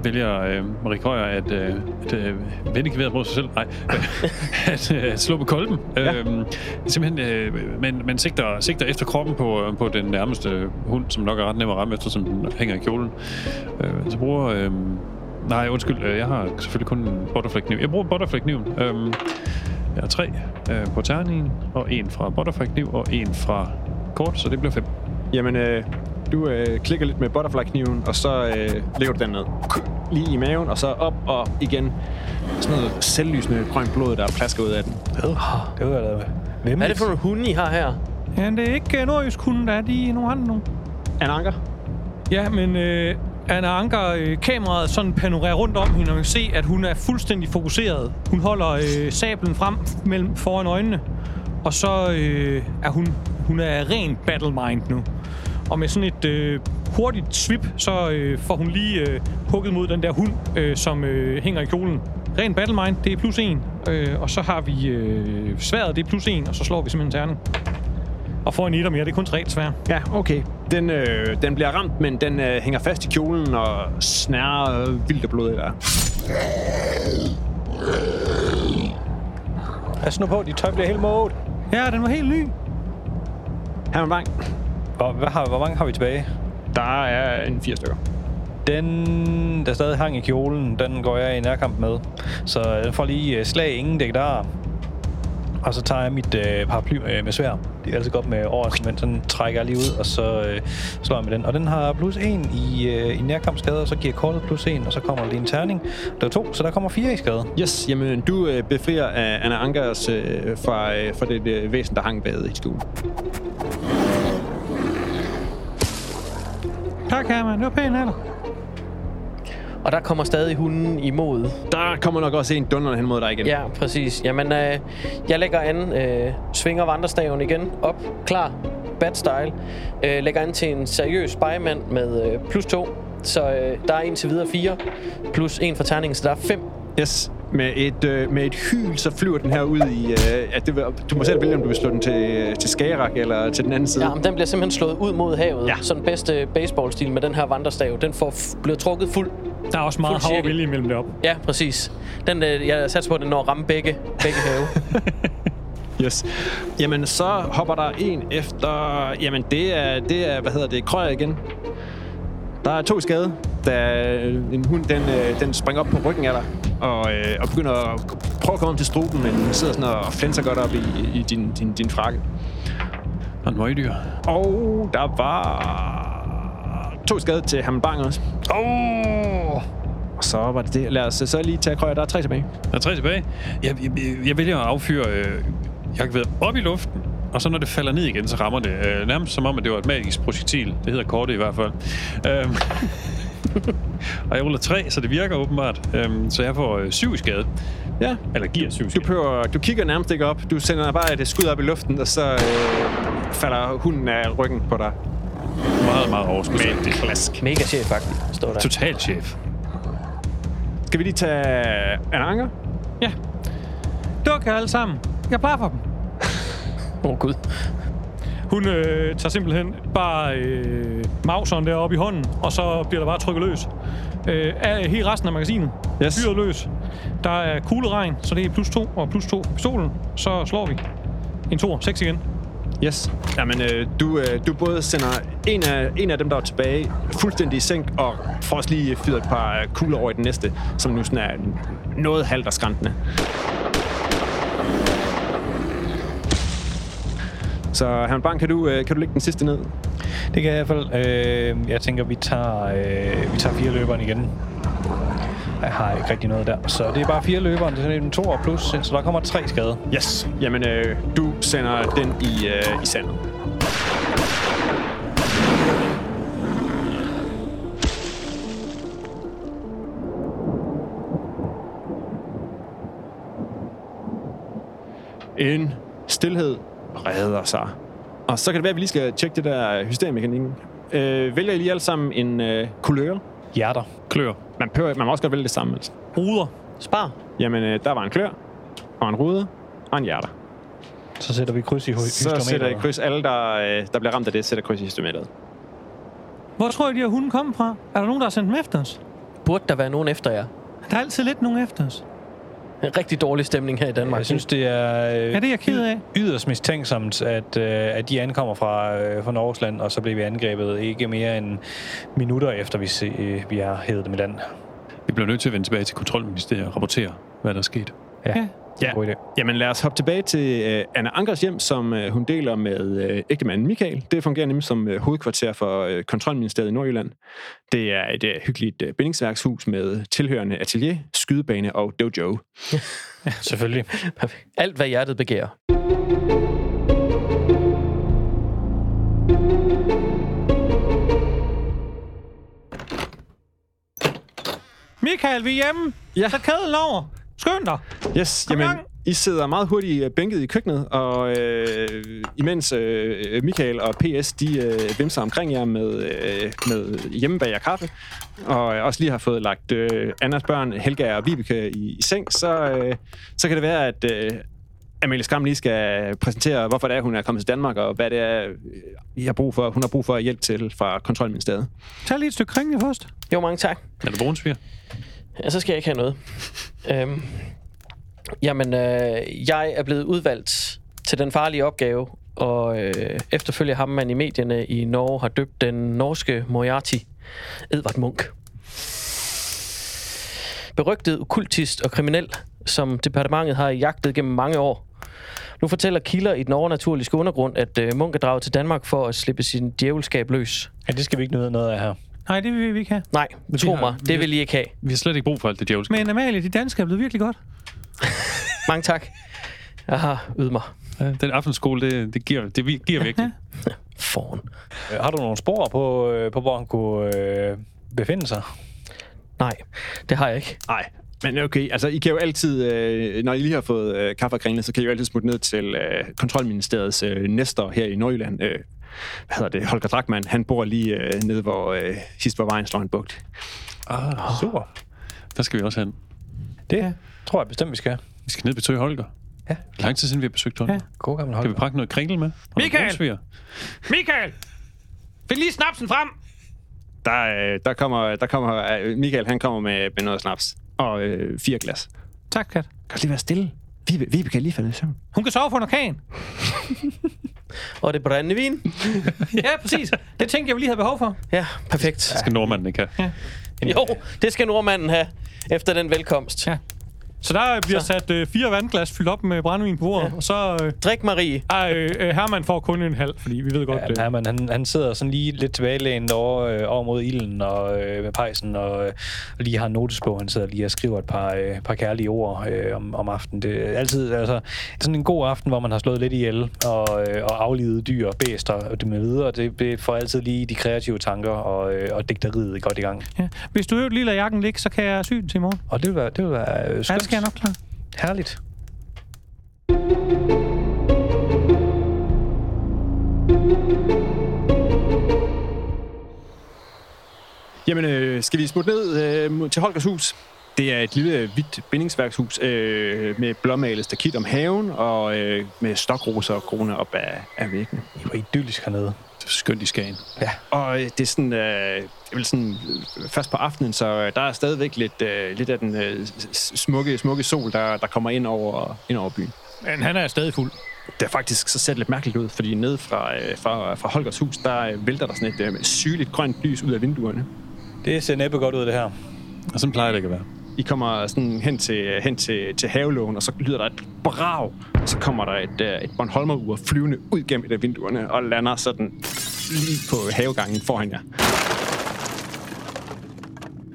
[SPEAKER 5] vælger øh, Marie Køjer at, øh, at øh, vende geværet mod sig selv. Nej, øh, at øh, slå på kolben. Ja. Øh, simpelthen, øh, man, man sigter, sigter efter kroppen på, øh, på den nærmeste hund, som nok er ret nem at ramme, eftersom den hænger i kjolen. Øh, så bruger... Øh, nej, undskyld, øh, jeg har selvfølgelig kun en butterfly-kniv. Jeg bruger butterfly-kniven. Øh, jeg har tre øh, på terningen, og en fra butterfly-kniv, og en fra kort, så det bliver fem.
[SPEAKER 4] Jamen, øh, du øh, klikker lidt med butterfly-kniven, og så øh, lægger du den ned. Lige i maven, og så op og igen. Sådan noget selvlysende grønt blod, der er plasker ud af den.
[SPEAKER 1] Det var da... Hvem
[SPEAKER 2] Hvad er det for nogle hunde, I har her?
[SPEAKER 3] Ja, det er ikke øh, nordjysk hunden, der er de er nogle andre nogle.
[SPEAKER 4] Anna Anker?
[SPEAKER 3] Ja, men øh, Anna Anker, øh, kameraet sådan panorerer rundt om hende, og man kan se, at hun er fuldstændig fokuseret. Hun holder øh, sablen frem mellem foran øjnene, Og så øh, er hun, hun er ren battle mind nu. Og med sådan et øh, hurtigt svip, så øh, får hun lige øh, hugget mod den der hund, øh, som øh, hænger i kjolen. Ren battle mind, det er plus en. Øh, og så har vi øh, sværet, det er plus en. Og så slår vi simpelthen terning. Og får en etter mere, det er kun tre svær.
[SPEAKER 4] Ja, okay. Den, øh, den bliver ramt, men den øh, hænger fast i kjolen og snærer øh, vildt og blod i der.
[SPEAKER 1] Pas nu på, dit tøj bliver helt måde.
[SPEAKER 3] Ja, den var helt ny.
[SPEAKER 4] Herman Bang,
[SPEAKER 1] Hvor, hvad har, hvor mange har vi tilbage?
[SPEAKER 4] der er en fire stykker.
[SPEAKER 1] Den, der stadig hang i kjolen, den går jeg i nærkamp med. Så jeg får lige øh, slag ingen dæk der. Og så tager jeg mit øh, paraply øh, med svær. Det er altid godt med over, men sådan trækker jeg lige ud, og så øh, slår jeg med den. Og den har plus 1 i, øh, i nærkampsskade, og så giver kortet plus 1, og så kommer der lige en terning. Der er to, så der kommer fire i skade.
[SPEAKER 4] Yes, jamen du øh, befrier øh, Anna Ankers øh, fra, øh, fra det øh, væsen, der hang bag i stuen.
[SPEAKER 3] Tak, Herman. Det var pænt af dig.
[SPEAKER 2] Og der kommer stadig hunden imod.
[SPEAKER 4] Der kommer nok også en dunder hen mod dig igen.
[SPEAKER 2] Ja, præcis. Jamen, øh, jeg lægger an, øh, svinger vandrestaven igen op, klar, bad style. Øh, lægger an til en seriøs bejemand med øh, plus to. Så øh, der er indtil videre fire, plus en for terningen, så der er fem.
[SPEAKER 4] Yes. Med et, øh, med et hyl, så flyver den her ud i... Øh, ja, det, vil- du må selv vælge, om du vil slå den til, til Skagerak eller til den anden side.
[SPEAKER 2] Ja, men den bliver simpelthen slået ud mod havet.
[SPEAKER 4] Ja.
[SPEAKER 2] Sådan bedste baseballstil med den her vandrestav. Den får f- bliver trukket fuld.
[SPEAKER 3] Der er også meget
[SPEAKER 2] Fuld
[SPEAKER 3] hård
[SPEAKER 2] cirkel.
[SPEAKER 3] vilje imellem det op.
[SPEAKER 2] Ja, præcis. Den, øh, jeg satser på, at den når at ramme begge, begge have.
[SPEAKER 4] Yes. Jamen, så hopper der en efter... Jamen, det er, det er hvad hedder det, krøjer igen. Der er to i skade, da øh, en hund, den, øh, den springer op på ryggen af dig, og, øh, og begynder at prøve at komme om til struben, men den sidder sådan og flænser godt op i, i din, din, din frakke.
[SPEAKER 5] Og en møgdyr.
[SPEAKER 4] Og der var to i skade til Herman Bang også.
[SPEAKER 1] Åh! Oh!
[SPEAKER 4] Og så var det det. Lad os så lige tage krøjer. Der er tre tilbage.
[SPEAKER 5] Der er tre tilbage. Jeg, jeg, jeg vælger at affyre øh, jakkeværet op i luften, og så når det falder ned igen, så rammer det. Øh, nærmest som om, at det var et magisk projektil. Det hedder kortet i hvert fald. Øhm, og jeg ruller tre, så det virker åbenbart. Øhm, så jeg får øh, syv i skade.
[SPEAKER 4] Ja.
[SPEAKER 5] Eller giver syv i
[SPEAKER 4] Du,
[SPEAKER 5] skade.
[SPEAKER 4] prøver, du kigger nærmest ikke op. Du sender bare et skud op i luften, og så øh, falder hunden af ryggen på dig.
[SPEAKER 5] Meget, meget overskudsagtigt. Men det er klask.
[SPEAKER 2] Mega chef, faktisk, står der.
[SPEAKER 5] Total chef.
[SPEAKER 4] Skal vi lige tage Anna Anker?
[SPEAKER 3] Ja. Duk jer alle sammen. Jeg blaffer dem.
[SPEAKER 2] Åh, oh, Gud.
[SPEAKER 3] Hun øh, tager simpelthen bare øh, mauseren deroppe i hånden, og så bliver der bare trykket løs. Øh, af hele resten af magasinet.
[SPEAKER 4] Yes.
[SPEAKER 3] Fyret løs. Der er kugleregn, så det er plus to og plus to på pistolen. Så slår vi. En to, seks igen.
[SPEAKER 4] Yes. Jamen, øh, du, øh, du både sender en af, en af dem, der er tilbage, fuldstændig i sænk, og får også lige fyret et par øh, kugler over i den næste, som nu sådan er noget halvt og skrantende. Så Herman Bang, kan du, øh, kan du lægge den sidste ned?
[SPEAKER 1] Det kan jeg i hvert fald. Øh, jeg tænker, vi tager, øh, vi tager fire løberen igen. Jeg har ikke rigtig noget der. Så det er bare fire løberen. Det er en to og plus, så der kommer tre skade.
[SPEAKER 4] Yes. Jamen, øh, du sender den i, øh, i sandet. En stillhed redder sig. Og så kan det være, at vi lige skal tjekke det der hysteriemekanikken. Øh, vælger I lige alle sammen en øh, kulør?
[SPEAKER 1] Hjerter.
[SPEAKER 5] Klør.
[SPEAKER 4] Man, behøver, man må også godt vælge det samme. Altså.
[SPEAKER 3] Ruder.
[SPEAKER 2] Spar.
[SPEAKER 4] Jamen, øh, der var en klør, og en rude, og en hjerter.
[SPEAKER 1] Så sætter vi kryds i hy-
[SPEAKER 4] Så sætter jeg kryds. Alle, der, øh, der bliver ramt af det, sætter kryds i histometeret.
[SPEAKER 3] Hvor tror I, de her hunde kommer fra? Er der nogen, der har sendt dem efter os?
[SPEAKER 2] Burde der være nogen efter jer?
[SPEAKER 3] Der er altid lidt nogen efter os.
[SPEAKER 2] En rigtig dårlig stemning her i Danmark.
[SPEAKER 1] Jeg synes, det er, øh,
[SPEAKER 3] Ja, det er jeg ked af.
[SPEAKER 1] yderst mistænksomt, at, øh, at de ankommer fra, øh, fra Norgesland, og så bliver vi angrebet ikke mere end minutter efter, vi, se, øh, vi har hævet dem i land.
[SPEAKER 5] Vi bliver nødt til at vende tilbage til kontrolministeriet og rapportere, hvad der er sket.
[SPEAKER 3] Ja.
[SPEAKER 1] Ja. God idé.
[SPEAKER 4] Jamen lad os hoppe tilbage til øh, Anna Ankers hjem, som øh, hun deler med øh, ægtemanden Michael. Det fungerer nemlig som øh, hovedkvarter for øh, Kontrolministeriet i Nordjylland. Det er et øh, hyggeligt øh, bindingsværkshus med tilhørende atelier, skydebane og dojo.
[SPEAKER 1] Selvfølgelig.
[SPEAKER 2] Alt, hvad hjertet begærer.
[SPEAKER 3] Michael, vi er hjemme.
[SPEAKER 4] Ja.
[SPEAKER 3] Så kæden over. Skynd dig.
[SPEAKER 4] Yes,
[SPEAKER 3] Kom i
[SPEAKER 4] jamen,
[SPEAKER 3] gang.
[SPEAKER 4] I sidder meget hurtigt øh, bænket i køkkenet, og øh, imens øh, Michael og PS, de øh, vimser omkring jer med, øh, med hjemmebager kaffe, og øh, også lige har fået lagt øh, Annas børn, Helga og Vibeke i, i seng, så, øh, så kan det være, at øh, Amalie Skram lige skal præsentere, hvorfor det er, hun er kommet til Danmark, og hvad det er, øh, I har brug for, hun har brug for hjælp til fra Kontrolministeriet.
[SPEAKER 3] Tag lige et stykke kringle først.
[SPEAKER 2] Jo, mange tak.
[SPEAKER 5] Er du brunsviger?
[SPEAKER 2] Ja, så skal jeg ikke have noget. øhm, jamen, øh, jeg er blevet udvalgt til den farlige opgave, og øh, efterfølgende ham, man i medierne i Norge har døbt den norske Moriarty, Edvard Munk. Berygtet, okultist og kriminel, som departementet har jagtet gennem mange år. Nu fortæller kilder i den overnaturlige undergrund, at øh, Munk er draget til Danmark for at slippe sin djævelskab løs.
[SPEAKER 1] Ja, det skal vi ikke nyde noget af her.
[SPEAKER 3] Nej, det vil vi ikke have.
[SPEAKER 2] Nej, tro
[SPEAKER 5] har-
[SPEAKER 2] mig,
[SPEAKER 5] vi-
[SPEAKER 2] det vil I ikke have.
[SPEAKER 5] Vi har slet ikke brug for alt det djævelske.
[SPEAKER 3] Men Amalie, de danske er blevet virkelig godt.
[SPEAKER 2] Mange tak. Jeg har ydet mig.
[SPEAKER 5] Ja, den aftenskole, det, det giver, det vi- giver virkelig.
[SPEAKER 2] Foran.
[SPEAKER 1] Øh, Har du nogle spor på, øh, på hvor han kunne øh, befinde sig?
[SPEAKER 2] Nej, det har jeg ikke.
[SPEAKER 4] Nej, men okay, altså I kan jo altid, øh, når I lige har fået øh, kaffe og kringle, så kan I jo altid smutte ned til øh, Kontrolministeriets øh, næster her i Nordjylland. Øh, hvad hedder det? Holger Drachmann, han bor lige øh, nede, hvor øh, sidst var vejen slår en bugt.
[SPEAKER 5] Ah,
[SPEAKER 1] Super.
[SPEAKER 5] der skal vi også hen.
[SPEAKER 1] Det ja. tror jeg bestemt, vi skal.
[SPEAKER 5] Vi skal ned og besøge Holger.
[SPEAKER 1] Ja.
[SPEAKER 5] Lang tid siden, vi har besøgt Holger.
[SPEAKER 3] Ja.
[SPEAKER 5] Ja.
[SPEAKER 1] God gammel
[SPEAKER 5] Kan vi
[SPEAKER 1] hold.
[SPEAKER 5] pakke noget kringle med? Og noget
[SPEAKER 3] Michael!
[SPEAKER 5] brunsviger?
[SPEAKER 3] Michael! Find lige snapsen frem!
[SPEAKER 4] Der, øh, der kommer, der kommer øh, Michael han kommer med, med noget snaps og øh, fire glas.
[SPEAKER 3] Tak, Kat.
[SPEAKER 4] Kan du lige være stille? Vibe, Vibe kan lige falde i søvn.
[SPEAKER 3] Hun kan sove for under kagen.
[SPEAKER 2] Og det er brændevin?
[SPEAKER 3] Ja, præcis. Det tænkte jeg, vi lige havde behov for.
[SPEAKER 2] Ja, perfekt.
[SPEAKER 5] Det skal nordmanden ikke have.
[SPEAKER 2] Jo, det skal nordmanden have efter den velkomst.
[SPEAKER 3] Ja. Så der øh, bliver så. sat øh, fire vandglas fyldt op med brændevin på bordet, ja. og så... Øh,
[SPEAKER 2] Drik Marie.
[SPEAKER 3] ej, øh, Herman får kun en halv, fordi vi ved godt... Ja,
[SPEAKER 1] Ja,
[SPEAKER 3] øh,
[SPEAKER 1] Herman, han, han sidder sådan lige lidt tilbagelænet over, øh, over mod ilden og øh, med pejsen, og, øh, og lige har en notesbog. Han sidder lige og skriver et par, øh, par kærlige ord øh, om, om aftenen. Det er altid altså, sådan en god aften, hvor man har slået lidt ihjel og, øh, og aflivet dyr, bæster og det med videre. Det, det får altid lige de kreative tanker og, øh, og digteriet godt i gang.
[SPEAKER 3] ja. Hvis du øvrigt lige lader jakken ligge, så kan jeg sy den til i morgen.
[SPEAKER 1] Og det vil være, det vil være øh, skønt.
[SPEAKER 3] Ja, det skal jeg nok klare.
[SPEAKER 1] Herligt.
[SPEAKER 4] Jamen, øh, skal vi smutte ned øh, mod- til Holgers hus? Det er et lille øh, hvidt bindingsværkshus øh, med blåmalet stakit om haven og øh, med stokroser og kroner op af, af væggene.
[SPEAKER 1] Det var idyllisk hernede.
[SPEAKER 5] Det er skønt i Skagen.
[SPEAKER 4] Og øh, det er sådan, øh, jeg vil sådan øh, først på aftenen, så øh, der er stadigvæk lidt, øh, lidt af den øh, s- s- smukke, smukke sol, der, der kommer ind over, ind over byen.
[SPEAKER 3] Men han er stadig fuld.
[SPEAKER 4] Det er faktisk så ser det lidt mærkeligt ud, fordi ned fra, øh, fra, fra Holgers hus, der øh, vælter der sådan et øh, sygeligt grønt lys ud af vinduerne.
[SPEAKER 1] Det ser næppe godt ud, det her.
[SPEAKER 5] Og sådan plejer det ikke at være.
[SPEAKER 4] I kommer sådan hen til, øh, hen til, til havelågen, og så lyder der et brag. Og så kommer der et, øh, et Bornholmer-ur flyvende ud gennem et af vinduerne og lander sådan lige på havegangen foran jer.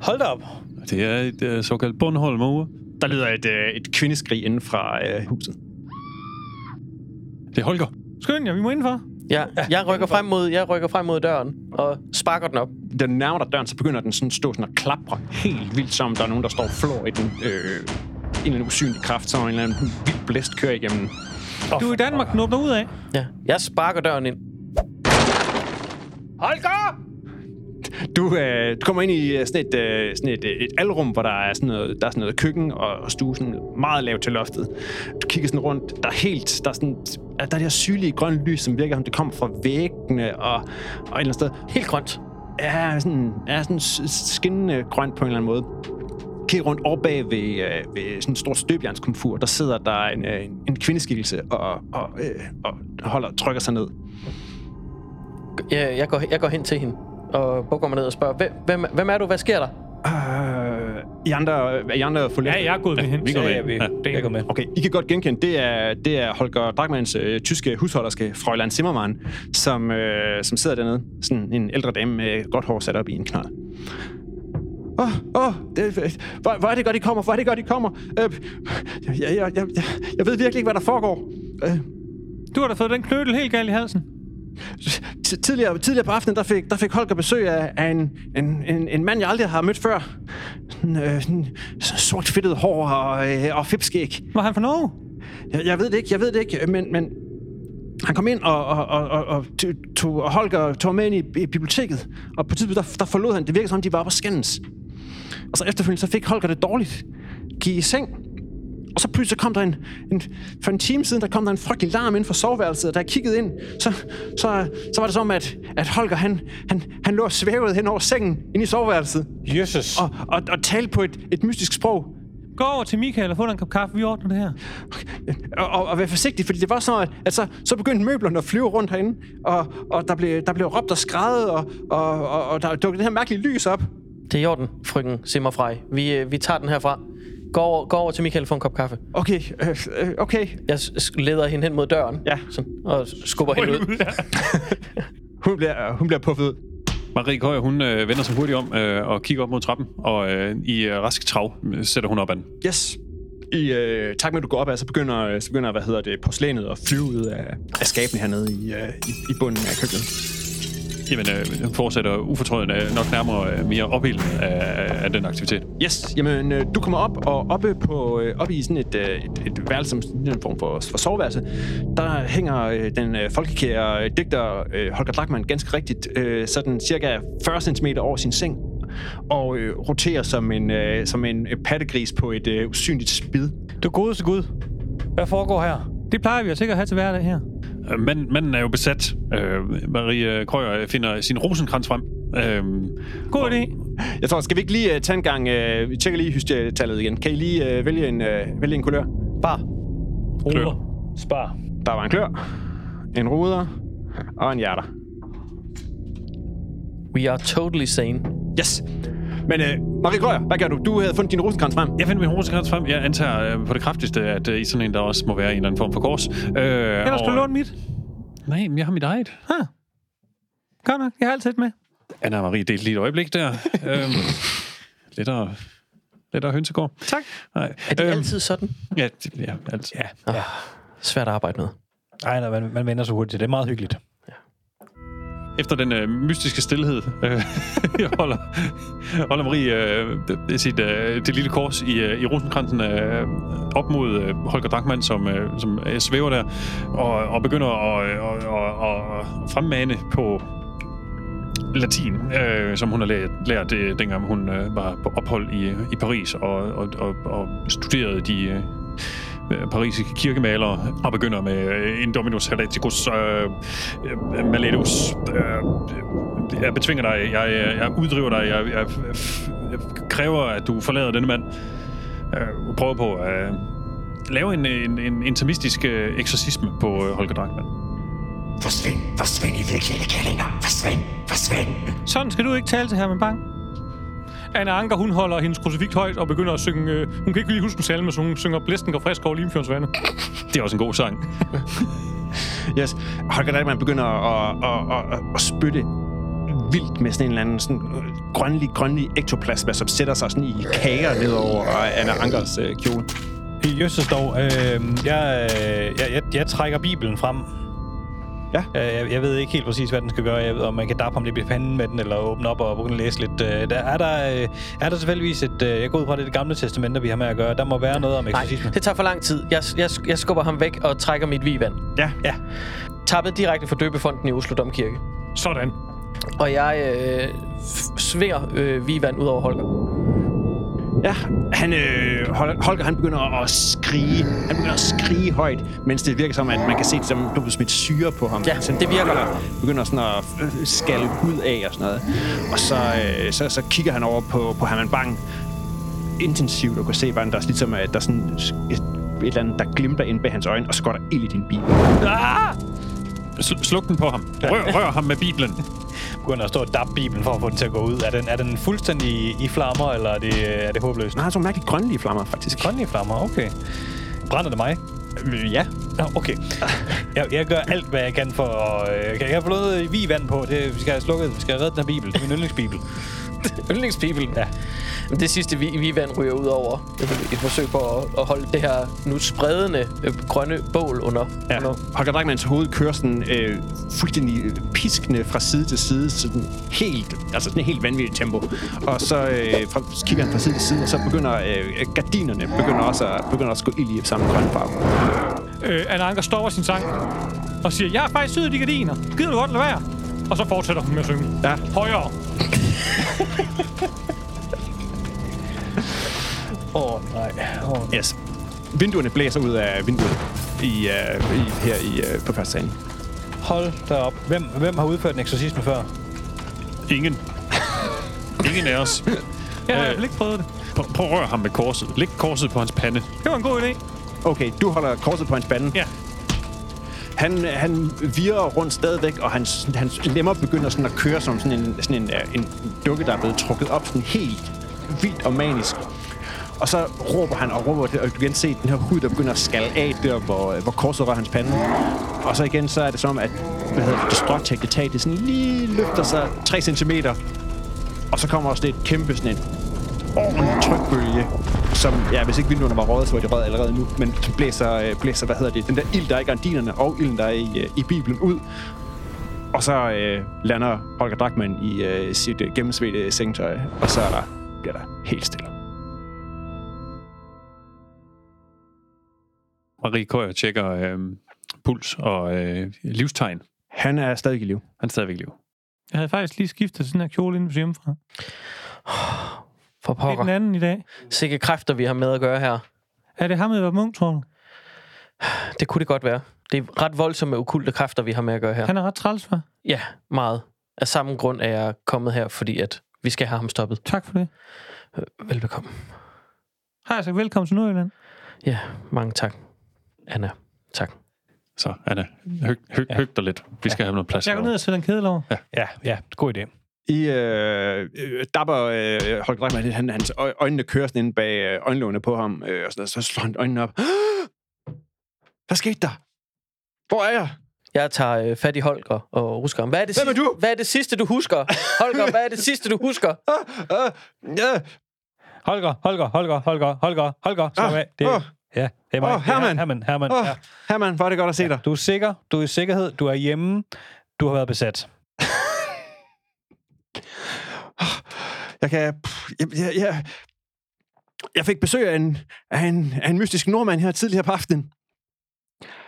[SPEAKER 1] Hold da op.
[SPEAKER 5] Det er et øh, såkaldt bundholm
[SPEAKER 4] Der lyder et, øh, et kvindeskrig inden fra øh, huset.
[SPEAKER 5] Det er Holger.
[SPEAKER 3] Skynd jer, vi må indenfor.
[SPEAKER 2] Ja, jeg rykker frem mod, jeg rykker frem mod døren og sparker den op.
[SPEAKER 4] Da den nærmer dig døren, så begynder den sådan at stå sådan og klapre helt vildt, som om der er nogen, der står og flår i den. Øh, en eller anden usynlig kraft, som en eller anden vild blæst kører igennem.
[SPEAKER 3] Du er i Danmark, den åbner ud af.
[SPEAKER 2] Ja, jeg sparker døren ind.
[SPEAKER 4] Du, øh, du kommer ind i øh, sådan et, øh, sådan et, øh, et alrum, hvor der er sådan noget, der er sådan noget køkken og, og stue sådan meget lavt til loftet. Du kigger sådan rundt, der er helt, der er sådan, der er det her syrlige grønne lys, som virker, som det kommer fra væggene og, og et eller andet sted.
[SPEAKER 2] Helt grønt.
[SPEAKER 4] er sådan, er sådan s- skinnende grønt på en eller anden måde. Kig rundt over bag ved, øh, ved sådan en stor støbjernskomfur, der sidder der en, øh, en- en kvindeskikkelse og, og, øh, og holder, trykker sig ned.
[SPEAKER 2] Jeg, jeg, går, jeg går hen til hende og bukker mig ned og spørger, hvem, hvem, hvem er du? Hvad sker der?
[SPEAKER 4] Øh, I andre, er I andre fuldt?
[SPEAKER 3] Ja, jeg er gået med hen.
[SPEAKER 5] Vi går
[SPEAKER 1] Ja,
[SPEAKER 5] med.
[SPEAKER 1] ja, vi,
[SPEAKER 5] Ja.
[SPEAKER 1] jeg går med.
[SPEAKER 4] Okay, I kan godt genkende, det er, det er Holger Drachmanns øh, tyske husholderske, Frøjland Zimmermann, som, øh, som sidder dernede. Sådan en ældre dame med godt hår sat op i en knold. Åh, oh, åh, oh, hvor, hvor er det godt, I kommer, hvor er det godt, I kommer. Øh, jeg, jeg, jeg, jeg, jeg ved virkelig ikke, hvad der foregår. Øh,
[SPEAKER 3] Du har da fået den knødel helt galt i halsen.
[SPEAKER 4] ti- tidligere, tidligere på aftenen, der fik, der fik Holger besøg af, af en, en, en, en mand, jeg aldrig har mødt før. Sådan, øh, sådan sort fedtet hår og, øh, og fipskæg.
[SPEAKER 3] Var han fra Norge?
[SPEAKER 4] Jeg, jeg ved det ikke, jeg ved det ikke, men, men han kom ind og, og, og, og, og t- tog, og Holger tog ham med ind i, i biblioteket, og på et tidspunkt, der, der forlod han. Det virkede som om, de var på skændes. Og så efterfølgende, så fik Holger det dårligt. Gik i seng. Og så pludselig kom der en, en, for en time siden, der kom der en frygtelig larm ind fra soveværelset, og da jeg kiggede ind, så, så, så var det som, at, at Holger, han, han, han lå og svævede hen over sengen ind i soveværelset,
[SPEAKER 1] Jesus.
[SPEAKER 4] og, og, og talte på et, et mystisk sprog.
[SPEAKER 3] Gå over til Michael og få dig en kop kaffe. Vi ordner det her.
[SPEAKER 4] og, og, og vær forsigtig, fordi det var sådan, at, at så, så begyndte møblerne at flyve rundt herinde, og, og der, blev, der blev råbt og skrevet, og, og, og, og der dukkede det her mærkelige lys op.
[SPEAKER 2] Det er i orden, frygten Simmerfrej. Vi, øh, vi tager den herfra. Gå over, gå over til Michael for en kop kaffe.
[SPEAKER 4] Okay, øh, øh, okay.
[SPEAKER 2] Jeg s- s- leder hende hen mod døren.
[SPEAKER 4] Ja.
[SPEAKER 2] Sådan, og skubber hende ud.
[SPEAKER 4] Hun bliver, øh, hun bliver puffet ud.
[SPEAKER 5] Marie Køjer, hun øh, vender sig hurtigt om øh, og kigger op mod trappen, og øh, i øh, rask trav øh, sætter hun op ad den.
[SPEAKER 4] Yes. I, øh, tak med, at du går op, af, så begynder, øh, så begynder hvad hedder det, porcelænet at flyve ud af, af skabene hernede i, øh, i, i bunden af køkkenet.
[SPEAKER 5] Jamen, øh, hun fortsætter ufortrødende øh, nok nærmere øh, mere ophildet af, af- af den aktivitet.
[SPEAKER 4] Yes, jamen øh, du kommer op, og oppe, på, øh, oppe i sådan et, øh, et, et værelse, som sådan en form for, for soveværelse, der hænger øh, den øh, folkekære øh, digter øh, Holger Drachmann ganske rigtigt, øh, sådan cirka 40 cm over sin seng, og øh, roterer som en, øh, som en øh, pattegris på et øh, usynligt spid.
[SPEAKER 1] Du godeste Gud. Hvad foregår her?
[SPEAKER 3] Det plejer vi jo sikkert at have til hverdag her.
[SPEAKER 5] Øh, mand, manden er jo besat. Øh, Marie Køjer finder sin rosenkrans frem. Øh,
[SPEAKER 3] God idé.
[SPEAKER 4] Jeg tror, skal vi ikke lige øh, tage en gang, øh, vi tjekker lige hysterietallet igen. Kan I lige øh, vælge, en, øh, vælge en kulør?
[SPEAKER 2] Bare.
[SPEAKER 5] klør.
[SPEAKER 1] Spar.
[SPEAKER 4] Der var en klør, en ruder og en hjerter.
[SPEAKER 2] We are totally sane.
[SPEAKER 4] Yes. Men øh, Marie Grøger, hvad gør du? Du havde fundet din rosenkrans frem.
[SPEAKER 5] Jeg finder min rosenkrans frem. Jeg antager øh, på det kraftigste, at øh, i sådan en, der også må være en eller anden form for kors. Øh,
[SPEAKER 3] Ellers
[SPEAKER 5] og-
[SPEAKER 3] du låne mit.
[SPEAKER 5] Nej, men jeg har mit eget.
[SPEAKER 3] Godt nok. Jeg har altid et med.
[SPEAKER 5] Anna og Marie delte lige et øjeblik der. øhm, lidt af, lidt af hønsegård.
[SPEAKER 3] Tak.
[SPEAKER 5] Nej.
[SPEAKER 2] Er det øhm. altid sådan?
[SPEAKER 5] Ja, det, ja, alt. ja.
[SPEAKER 2] Svært at arbejde med.
[SPEAKER 1] Ej, nej, man, man vender sig hurtigt. Det er meget hyggeligt.
[SPEAKER 5] Efter den øh, mystiske stillhed øh, holder, holder Marie øh, det, sit, øh, det lille kors i, øh, i rosenkransen øh, op mod øh, Holger Drachmann, som, øh, som øh, svæver der, og, og begynder at øh, og, og, og fremmane på latin, øh, som hun har lært, lært øh, dengang hun øh, var på ophold i, i Paris og, og, og, og studerede de øh, øh, parisiske kirkemalere og begynder med øh, en Dominus Hereticus, øh, øh, Maletus, øh, jeg betvinger dig, jeg, jeg, jeg uddriver dig, jeg, jeg, jeg kræver, at du forlader denne mand. Øh, prøver på at øh, lave en, en, en intermistisk øh, eksorcisme på øh, Holger Drachmann.
[SPEAKER 6] Forsvind, forsvind i virkelige kællinger. Forsvind, forsvind.
[SPEAKER 3] Sådan skal du ikke tale til her med bang. Anna Anker, hun holder hendes krucifikt højt og begynder at synge... Øh, hun kan ikke lige huske en salme, så hun synger Blæsten går frisk over Limfjords vande.
[SPEAKER 5] Det er også en god sang.
[SPEAKER 4] Yes. Holger Dahlmann begynder at, at, at, at, at spytte vildt med sådan en eller anden sådan øh, grønlig, grønlig ektoplasma, som sætter sig sådan i kager ned over øh, Anna Ankers øh, kjole.
[SPEAKER 1] Jøsses dog, øh, jeg, øh, jeg, jeg, jeg trækker Bibelen frem.
[SPEAKER 4] Ja.
[SPEAKER 1] Øh, Jeg, jeg ved ikke helt præcis, hvad den skal gøre. Jeg ved, om man kan dappe ham lidt i panden med den, eller åbne op og begynde at læse lidt. Øh, Der er der, øh, er der selvfølgelig et... øh, Jeg går ud fra, det er det gamle testament, vi har med at gøre. Der må være noget om
[SPEAKER 2] Nej,
[SPEAKER 1] eksorcisme.
[SPEAKER 2] det tager for lang tid. Jeg, jeg, jeg skubber ham væk og trækker mit vivand.
[SPEAKER 4] Ja.
[SPEAKER 1] Ja.
[SPEAKER 2] Tappet direkte fra døbefonden i Oslo Domkirke.
[SPEAKER 3] Sådan.
[SPEAKER 2] Og jeg øh, f- svinger øh, vivand ud over Holger.
[SPEAKER 4] Ja, han, øh, Hol- Holger han begynder at, at skrige. Han begynder at skrige højt, mens det virker som, at man kan se, det, som du bliver smidt syre på ham.
[SPEAKER 2] Ja,
[SPEAKER 4] Mens han
[SPEAKER 2] det virker.
[SPEAKER 4] Begynder, begynder sådan at øh, skalle hud af og sådan noget. Og så, øh, så, så kigger han over på, på Herman Bang intensivt og kan se, hvordan der er ligesom, at der er sådan et, et eller andet, der glimter ind bag hans øjne, og så går der ild i din bil.
[SPEAKER 1] Ah!
[SPEAKER 5] Sl- sluk den på ham. Rør, rør ham med Bibelen.
[SPEAKER 1] Begynder at stå og dappe Bibelen for at få den til at gå ud. Er den, er den fuldstændig i flammer, eller er det, øh, er det håbløst?
[SPEAKER 4] Nej, han har sådan mærkeligt grønlige flammer, faktisk.
[SPEAKER 1] Grønne i flammer, okay. Brænder det mig?
[SPEAKER 4] Øh, Ja.
[SPEAKER 1] Nå, okay. Jeg, jeg gør alt, hvad jeg kan for at... Øh, kan jeg har fået noget vi vand på. Det, vi skal have slukket. Vi skal have reddet den her bibel. Det er min yndlingsbibel.
[SPEAKER 2] Yndlingsbibel.
[SPEAKER 1] Ja.
[SPEAKER 2] Det sidste vi, vivand ryger ud over. Et forsøg på at, at holde det her nu spredende øh, grønne bål under.
[SPEAKER 4] Ja.
[SPEAKER 2] under
[SPEAKER 4] Holger Drachmanns hoved kører sådan øh, fuldstændig piskende fra side til side, sådan helt, altså sådan et helt vanvittigt tempo. Og så, øh, fra, så kigger han fra side til side, og så begynder øh, gardinerne begynder også at, begynder også at gå ild i samme grøn farve.
[SPEAKER 3] Øh, Anna Anker stopper sin sang og siger, jeg har faktisk syet de gardiner. Gider du godt lade være? Og så fortsætter hun med at synge.
[SPEAKER 4] Ja.
[SPEAKER 3] Højere.
[SPEAKER 4] Yes. Vinduerne blæser ud af vinduet i, uh, i, her i, uh, på første salen.
[SPEAKER 1] Hold da op. Hvem, hvem har udført en eksorcisme før?
[SPEAKER 5] Ingen. Ingen af os.
[SPEAKER 3] Jeg har i
[SPEAKER 5] Øh.
[SPEAKER 3] hvert fald ikke prøvet det.
[SPEAKER 5] Prøv, prøv at røre ham med korset. Læg korset på hans pande.
[SPEAKER 3] Det var en god idé.
[SPEAKER 4] Okay, du holder korset på hans pande.
[SPEAKER 3] Ja.
[SPEAKER 4] Han, han virer rundt stadigvæk, og hans, hans lemmer begynder sådan at køre som sådan en, sådan en, øh, en dukke, der er blevet trukket op sådan helt vildt og manisk. Og så råber han og råber, og du kan se den her hud, der begynder at skalle af der, hvor, øh, hvor korset rører hans pande. Og så igen, så er det som, at hvad hedder det, det stråtægte tag, det sådan lige løfter sig 3 cm. Og så kommer også det et kæmpe sådan et ordentlig trykbølge, som, ja, hvis ikke vinduerne var røget, så var de røget allerede nu, men som blæser, øh, blæser, hvad hedder det, den der ild, der er i gardinerne, og ilden, der er i, øh, i Bibelen ud. Og så øh, lander Holger Drachmann i øh, sit øh, gennemsvedte sengtøj, og så er der, bliver der helt stille.
[SPEAKER 5] Marie Køjer tjekker øh, puls og øh, livstegn.
[SPEAKER 4] Han er stadig i live.
[SPEAKER 5] Han er stadigvæk i liv.
[SPEAKER 3] Jeg havde faktisk lige skiftet til den her kjole inden for hjemmefra. Det
[SPEAKER 2] For
[SPEAKER 3] er den
[SPEAKER 2] pokker.
[SPEAKER 3] anden i dag.
[SPEAKER 2] Sikke kræfter, vi har med at gøre her.
[SPEAKER 3] Er det ham, der var munk, tror du?
[SPEAKER 2] Det kunne det godt være. Det er ret voldsomme okulte kræfter, vi har med at gøre her.
[SPEAKER 3] Han er ret træls, hva'?
[SPEAKER 2] Ja, meget. Af samme grund er jeg kommet her, fordi at vi skal have ham stoppet.
[SPEAKER 3] Tak for det.
[SPEAKER 2] Velbekomme.
[SPEAKER 3] Har jeg sagt velkommen til Nordjylland?
[SPEAKER 2] Ja, mange tak, Anna. Tak.
[SPEAKER 5] Så Anna, høg, høg, høg dig lidt. Vi skal have noget plads.
[SPEAKER 3] Jeg går ned og sætter en kedel over.
[SPEAKER 1] Ja, ja, god idé.
[SPEAKER 4] I øh, øh, dapper øh, Holger Drachmann, lidt. han, hans øj- øjnene kører sådan inde bag øh, øjenlågene på ham, øh, og sådan, noget. så slår han øjnene op. Hvad skete der? Hvor er jeg?
[SPEAKER 2] Jeg tager øh, fat i Holger og husker ham. Hvad er, det
[SPEAKER 4] Hvem er
[SPEAKER 2] sidste-
[SPEAKER 4] du?
[SPEAKER 2] hvad er det sidste, du husker? Holger, hvad er det sidste, du husker?
[SPEAKER 4] Ah, ah, ja,
[SPEAKER 1] Holger, Holger, Holger, Holger, Holger, Holger, slap
[SPEAKER 4] Ah,
[SPEAKER 1] af. Det,
[SPEAKER 4] åh.
[SPEAKER 1] ja, det er mig.
[SPEAKER 4] Åh,
[SPEAKER 1] Det er
[SPEAKER 4] Herman.
[SPEAKER 1] Herman, Herman.
[SPEAKER 4] Åh,
[SPEAKER 1] ja.
[SPEAKER 4] Herman, hvor er det godt at se dig.
[SPEAKER 1] Du er sikker, du er i sikkerhed, du er hjemme, du har været besat.
[SPEAKER 4] Jeg kan... pff, Jeg, jeg, jeg, jeg fik besøg af en, af, en, af en mystisk nordmand her tidligere på aftenen.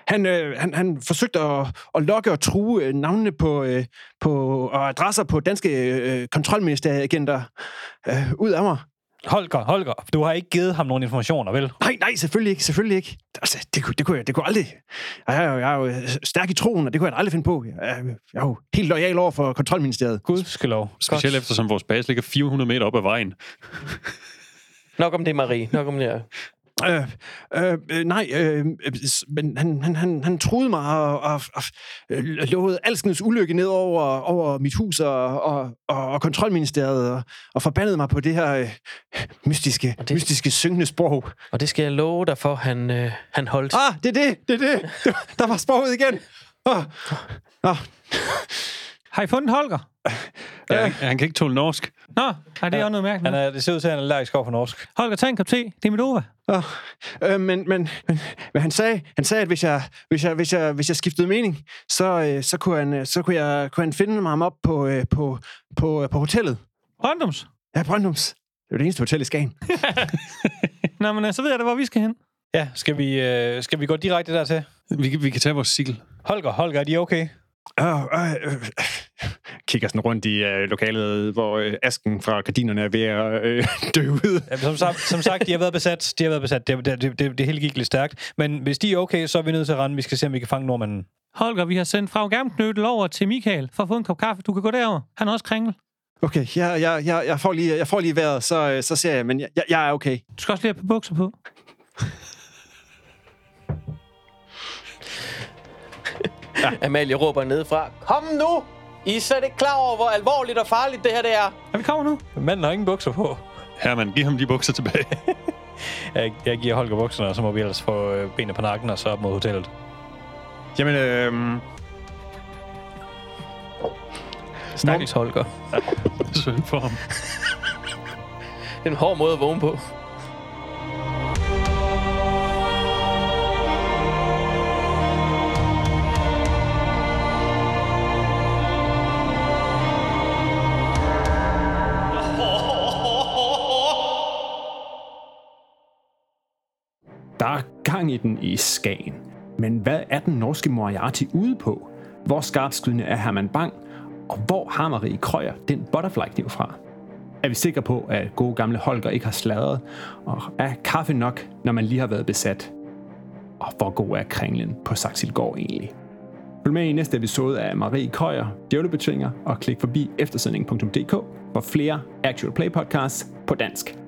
[SPEAKER 4] Han, øh, han, han forsøgte at, at lokke og true øh, navnene på, øh, på, og adresser på danske øh, kontrolministeragenter øh, ud af mig.
[SPEAKER 1] Holger, Holger, du har ikke givet ham nogen informationer, vel?
[SPEAKER 4] Nej, nej, selvfølgelig ikke, selvfølgelig ikke. Altså, det, kunne, det, kunne jeg, det kunne aldrig... Og Jeg er, jo, jeg er jo øh, stærk i troen, og det kunne jeg da aldrig finde på. Jeg er, jeg er jo helt lojal over for kontrolministeriet.
[SPEAKER 1] Gudskelov.
[SPEAKER 5] Specielt eftersom vores base ligger 400 meter op ad vejen.
[SPEAKER 2] Nok om det, Marie. Nok om det.
[SPEAKER 4] Øh, øh, øh, nej, øh, øh, s- men han, han, han, han troede mig og, og, og øh, lovede alskens ulykke ned over, over mit hus og, og, og, og kontrolministeriet og, og forbandede mig på det her øh, mystiske,
[SPEAKER 2] Og
[SPEAKER 4] det...
[SPEAKER 2] det-
[SPEAKER 4] mystiske syngende sprog.
[SPEAKER 2] Og det skal jeg love dig for, han, øh, han holdt.
[SPEAKER 4] Ah, det er det, det er det. Der var sproget igen. Oh. Oh.
[SPEAKER 3] Har I fundet Holger?
[SPEAKER 5] Ja, han kan ikke tåle norsk.
[SPEAKER 3] Nå, ej, det er også noget
[SPEAKER 1] Han
[SPEAKER 3] mærkeligt.
[SPEAKER 1] er, det ser ud til, at han er allergisk over for norsk.
[SPEAKER 3] Holger, tag en kop te. Det er mit ova.
[SPEAKER 4] Oh. Øh, men, men, men, men han sagde, han sagde at hvis jeg, hvis jeg, hvis jeg, hvis jeg skiftede mening, så, øh, så, kunne, han, øh, så kunne, jeg, kunne han finde mig ham op på, øh, på, på, øh, på hotellet.
[SPEAKER 3] Røndums.
[SPEAKER 4] Ja, Brøndums. Det er jo det eneste hotel i Skagen.
[SPEAKER 3] Nå, men øh, så ved jeg da, hvor vi skal hen.
[SPEAKER 1] Ja, skal vi, øh, skal vi gå direkte dertil?
[SPEAKER 5] Vi, kan- vi kan tage vores sigel.
[SPEAKER 1] Holger, Holger, er de okay?
[SPEAKER 4] Øh, øh, øh, Kigger sådan rundt i øh, lokalet, hvor øh, asken fra gardinerne er ved at øh, dø ud.
[SPEAKER 1] Ja, Som, sagt- som sagt, de har været besat. De har været besat. Det, det, det, det, det hele gik lidt stærkt. Men hvis de er okay, så er vi nødt til at rende. Vi skal se, om vi kan fange nordmanden.
[SPEAKER 3] Holger, vi har sendt fra Germknødel over til Michael for at få en kop kaffe. Du kan gå derover. Han er også kringel.
[SPEAKER 4] Okay, jeg, jeg, jeg, jeg, får lige, jeg får lige vejret, så, øh, så ser jeg, men jeg, jeg, jeg er okay.
[SPEAKER 3] Du skal også lige have et par bukser på.
[SPEAKER 2] Amalie råber nedefra. Kom nu! I er slet ikke klar over, hvor alvorligt og farligt det her det er.
[SPEAKER 3] Er vi kommer nu?
[SPEAKER 1] Manden har ingen bukser på.
[SPEAKER 5] Herman, giv ham de bukser tilbage.
[SPEAKER 1] Jeg, jeg giver Holger bukserne, og så må vi ellers få øh, benene på nakken og så op mod hotellet.
[SPEAKER 4] Jamen, øh,
[SPEAKER 2] Stakkels Holger.
[SPEAKER 5] Søn for ham.
[SPEAKER 2] Det er en hård måde at vågne på.
[SPEAKER 7] Der er gang i den i Skagen. Men hvad er den norske Moriarty ude på? Hvor skarpskydende er Herman Bang? Og hvor har Marie Krøyer den butterfly-kniv fra? Er vi sikre på, at gode gamle Holger ikke har sladret? Og er kaffe nok, når man lige har været besat? Og hvor god er kringlen på Saxilgård egentlig? Følg med i næste episode af Marie Køjer, Djævlebetvinger, og klik forbi eftersendning.dk for flere Actual Play podcasts på dansk.